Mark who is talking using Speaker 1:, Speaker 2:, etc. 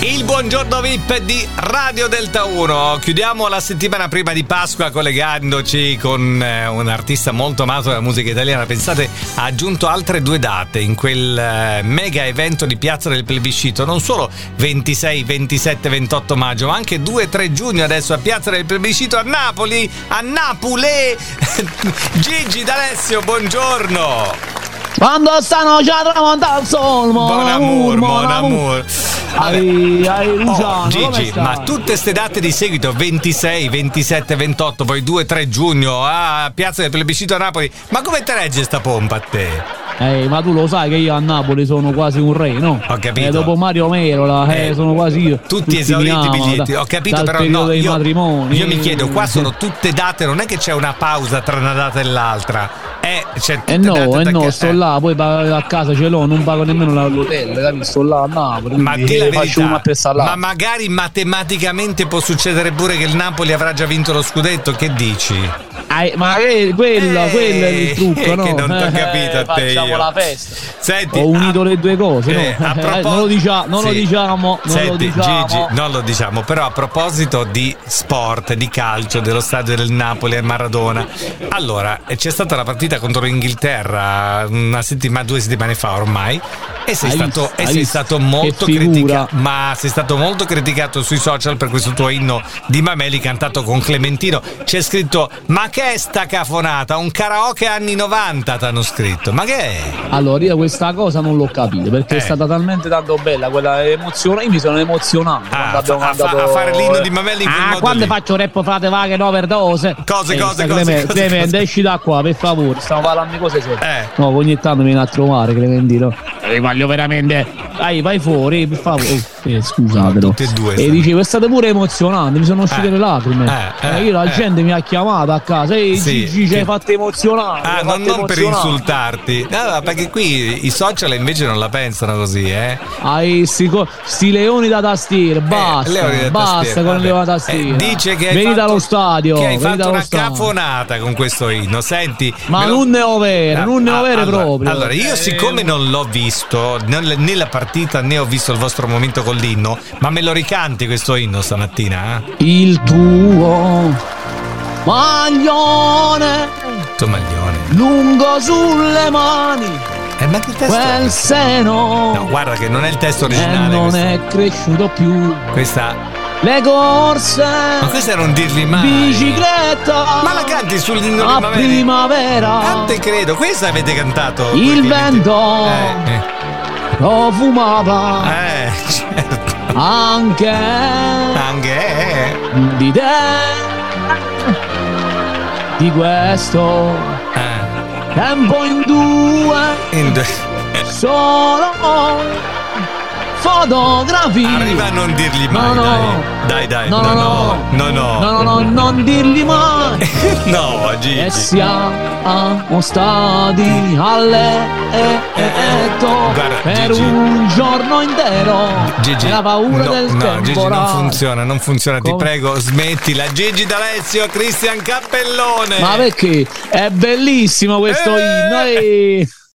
Speaker 1: Il buongiorno VIP di Radio Delta 1. Chiudiamo la settimana prima di Pasqua collegandoci con eh, un artista molto amato della musica italiana. Pensate, ha aggiunto altre due date in quel eh, mega evento di Piazza del Plebiscito. Non solo 26, 27, 28 maggio, ma anche 2, 3 giugno adesso a Piazza del Plebiscito a Napoli. A Napoli! Gigi D'Alessio, buongiorno!
Speaker 2: Quando stanno già tramontando il sole
Speaker 1: Buon amour, buon amour. Vabbè.
Speaker 2: Ai, ai,
Speaker 1: Oh,
Speaker 2: Luciano, come
Speaker 1: Gigi,
Speaker 2: stai?
Speaker 1: ma tutte queste date di seguito, 26, 27, 28, poi 2, 3 giugno a Piazza del Plebiscito a Napoli, ma come te regge sta pompa a te?
Speaker 2: Ehi, ma tu lo sai che io a Napoli sono quasi un re, no?
Speaker 1: Ho capito.
Speaker 2: Eh, dopo Mario Merola, eh,
Speaker 1: Eh,
Speaker 2: sono quasi io.
Speaker 1: Tutti esauriti i
Speaker 2: mi amano,
Speaker 1: biglietti,
Speaker 2: da-
Speaker 1: ho capito
Speaker 2: dal
Speaker 1: però
Speaker 2: periodo
Speaker 1: no,
Speaker 2: dei
Speaker 1: io,
Speaker 2: matrimoni.
Speaker 1: io mi chiedo, qua
Speaker 2: Eh,
Speaker 1: sono tutte date, non è che c'è una pausa tra una data e l'altra. Eh, c'è tutte
Speaker 2: Eh no,
Speaker 1: date
Speaker 2: eh no,
Speaker 1: attaccate.
Speaker 2: sto là, poi pa- a casa ce l'ho, non pago nemmeno la- l'hotel, capito? sto là a Napoli,
Speaker 1: Ma
Speaker 2: quindi eh,
Speaker 1: di la
Speaker 2: faccio una
Speaker 1: verità,
Speaker 2: pesta là.
Speaker 1: ma magari matematicamente può succedere pure che il Napoli avrà già vinto lo scudetto, che dici?
Speaker 2: Ah, eh, ma eh, quello,
Speaker 1: Eh,
Speaker 2: quello è il trucco, no?
Speaker 1: Che non t'ho
Speaker 2: Eh,
Speaker 1: capito a te
Speaker 2: Facciamo
Speaker 1: io.
Speaker 2: la festa.
Speaker 1: Senti,
Speaker 2: Ho unito
Speaker 1: a-
Speaker 2: le due cose, no?
Speaker 1: ah, Eh, a
Speaker 2: Eh,
Speaker 1: propos-
Speaker 2: non lo diciamo, non lo
Speaker 1: Sì.
Speaker 2: diciamo, non
Speaker 1: Senti,
Speaker 2: lo diciamo.
Speaker 1: Gigi, non lo diciamo, però a proposito di sport, di calcio, dello stadio del Napoli e Maradona, allora eh, c'è stata la partita contro l'Inghilterra mm, una settimana, due settimane fa ormai e sei
Speaker 2: Hai
Speaker 1: stato,
Speaker 2: visto,
Speaker 1: e
Speaker 2: hai
Speaker 1: sei
Speaker 2: visto?
Speaker 1: stato molto
Speaker 2: Che figura.
Speaker 1: criticato, ma sei stato molto criticato sui social per questo tuo inno di Mameli cantato con Clementino. C'è scritto "Ma che è sta cafonata? Un karaoke anni 90" t'hanno scritto. Ma che è?
Speaker 2: Allora, io questa cosa non l'ho capita perché
Speaker 1: Eh.
Speaker 2: è stata talmente tanto bella quella emozione. Io mi sono emozionato
Speaker 1: Ah,
Speaker 2: quando abbiamo
Speaker 1: a fa-
Speaker 2: mandato-
Speaker 1: a fare l'inno di Mamelli in quel
Speaker 2: Ah,
Speaker 1: modo
Speaker 2: quando
Speaker 1: lì.
Speaker 2: faccio rap frate vaghe no overdose.
Speaker 1: Cose,
Speaker 2: Eh,
Speaker 1: cose, cose,
Speaker 2: sta Clemente,
Speaker 1: cose,
Speaker 2: Clemente,
Speaker 1: cose.
Speaker 2: esci da qua, per favore. Stiamo parlando di cose serie.
Speaker 1: Eh.
Speaker 2: No, ogni tanto mi viene a trovare Clementino. Eh, voglio veramente. Dai, vai fuori, per favore. Eh, scusatelo.
Speaker 1: Tutti e due
Speaker 2: E
Speaker 1: stanno.
Speaker 2: dicevo, è stato pure emozionante, mi sono uscite
Speaker 1: Eh.
Speaker 2: le lacrime.
Speaker 1: Eh, eh,
Speaker 2: Eh, io la
Speaker 1: eh.
Speaker 2: gente mi ha chiamato a casa. Ehi,
Speaker 1: Sì,
Speaker 2: Gigi, ci
Speaker 1: che-
Speaker 2: hai fatto emozionare.
Speaker 1: Ah,
Speaker 2: ci hai
Speaker 1: non,
Speaker 2: fatto
Speaker 1: non per
Speaker 2: emozionare.
Speaker 1: insultarti. No, no, perché qui i social invece non la pensano così, eh.
Speaker 2: Ai sti, co- sti leoni da tastiera, basta,
Speaker 1: Eh, Leoni da
Speaker 2: basta
Speaker 1: tastiera,
Speaker 2: con
Speaker 1: vabbè.
Speaker 2: le leoni da tastiera.
Speaker 1: Eh, dice che hai
Speaker 2: Veni
Speaker 1: fatto-
Speaker 2: dallo stadio,
Speaker 1: Che hai
Speaker 2: veni
Speaker 1: fatto
Speaker 2: dallo
Speaker 1: una
Speaker 2: stadio.
Speaker 1: cafonata con questo inno. Senti,
Speaker 2: Ma
Speaker 1: me lo-
Speaker 2: non ne ho vere,
Speaker 1: Ah,
Speaker 2: non ne ho
Speaker 1: ah,
Speaker 2: vere
Speaker 1: allora,
Speaker 2: proprio.
Speaker 1: Allora, io
Speaker 2: Eh,
Speaker 1: siccome non l'ho visto non- né la partita né ho visto il vostro momento con l'inno, ma me lo ricanti questo inno stamattina? eh?
Speaker 2: Il tuo maglione
Speaker 1: Tu maglione.
Speaker 2: lungo sulle mani,
Speaker 1: Eh, ma che testo è
Speaker 2: quel
Speaker 1: questo?
Speaker 2: seno
Speaker 1: No, guarda che non è il testo
Speaker 2: e
Speaker 1: originale.
Speaker 2: non
Speaker 1: questo.
Speaker 2: è cresciuto più.
Speaker 1: Questa.
Speaker 2: Le corse,
Speaker 1: Ma questo è non dirli mai.
Speaker 2: bicicletta,
Speaker 1: Ma la canti sull'inno
Speaker 2: a
Speaker 1: di Mameli?
Speaker 2: primavera.
Speaker 1: Ah, te credo, questa avete cantato.
Speaker 2: Il
Speaker 1: quindi-
Speaker 2: vento.
Speaker 1: Eh,
Speaker 2: profumava
Speaker 1: eh, eh, certo.
Speaker 2: anche
Speaker 1: Anche. eh,
Speaker 2: di te di questo
Speaker 1: eh.
Speaker 2: tempo in due
Speaker 1: In due-
Speaker 2: solo fotografie
Speaker 1: Arriva a non dirgli mai,
Speaker 2: No, no.
Speaker 1: dai. Dai, dai.
Speaker 2: no no no
Speaker 1: no.
Speaker 2: no Eh, no, no, non dirgli mai
Speaker 1: No, Gigi.
Speaker 2: e siamo stati all'etto
Speaker 1: Guarda,
Speaker 2: per
Speaker 1: Gigi.
Speaker 2: un giorno intero
Speaker 1: Gigi,
Speaker 2: la paura
Speaker 1: no,
Speaker 2: del
Speaker 1: no,
Speaker 2: temporale
Speaker 1: Gigi non funziona, non funziona, ti
Speaker 2: Come?
Speaker 1: prego, smettila. Gigi D'Alessio, Cristian Cappellone.
Speaker 2: Ma perché? È bellissimo questo
Speaker 1: Eh!
Speaker 2: inno. eh.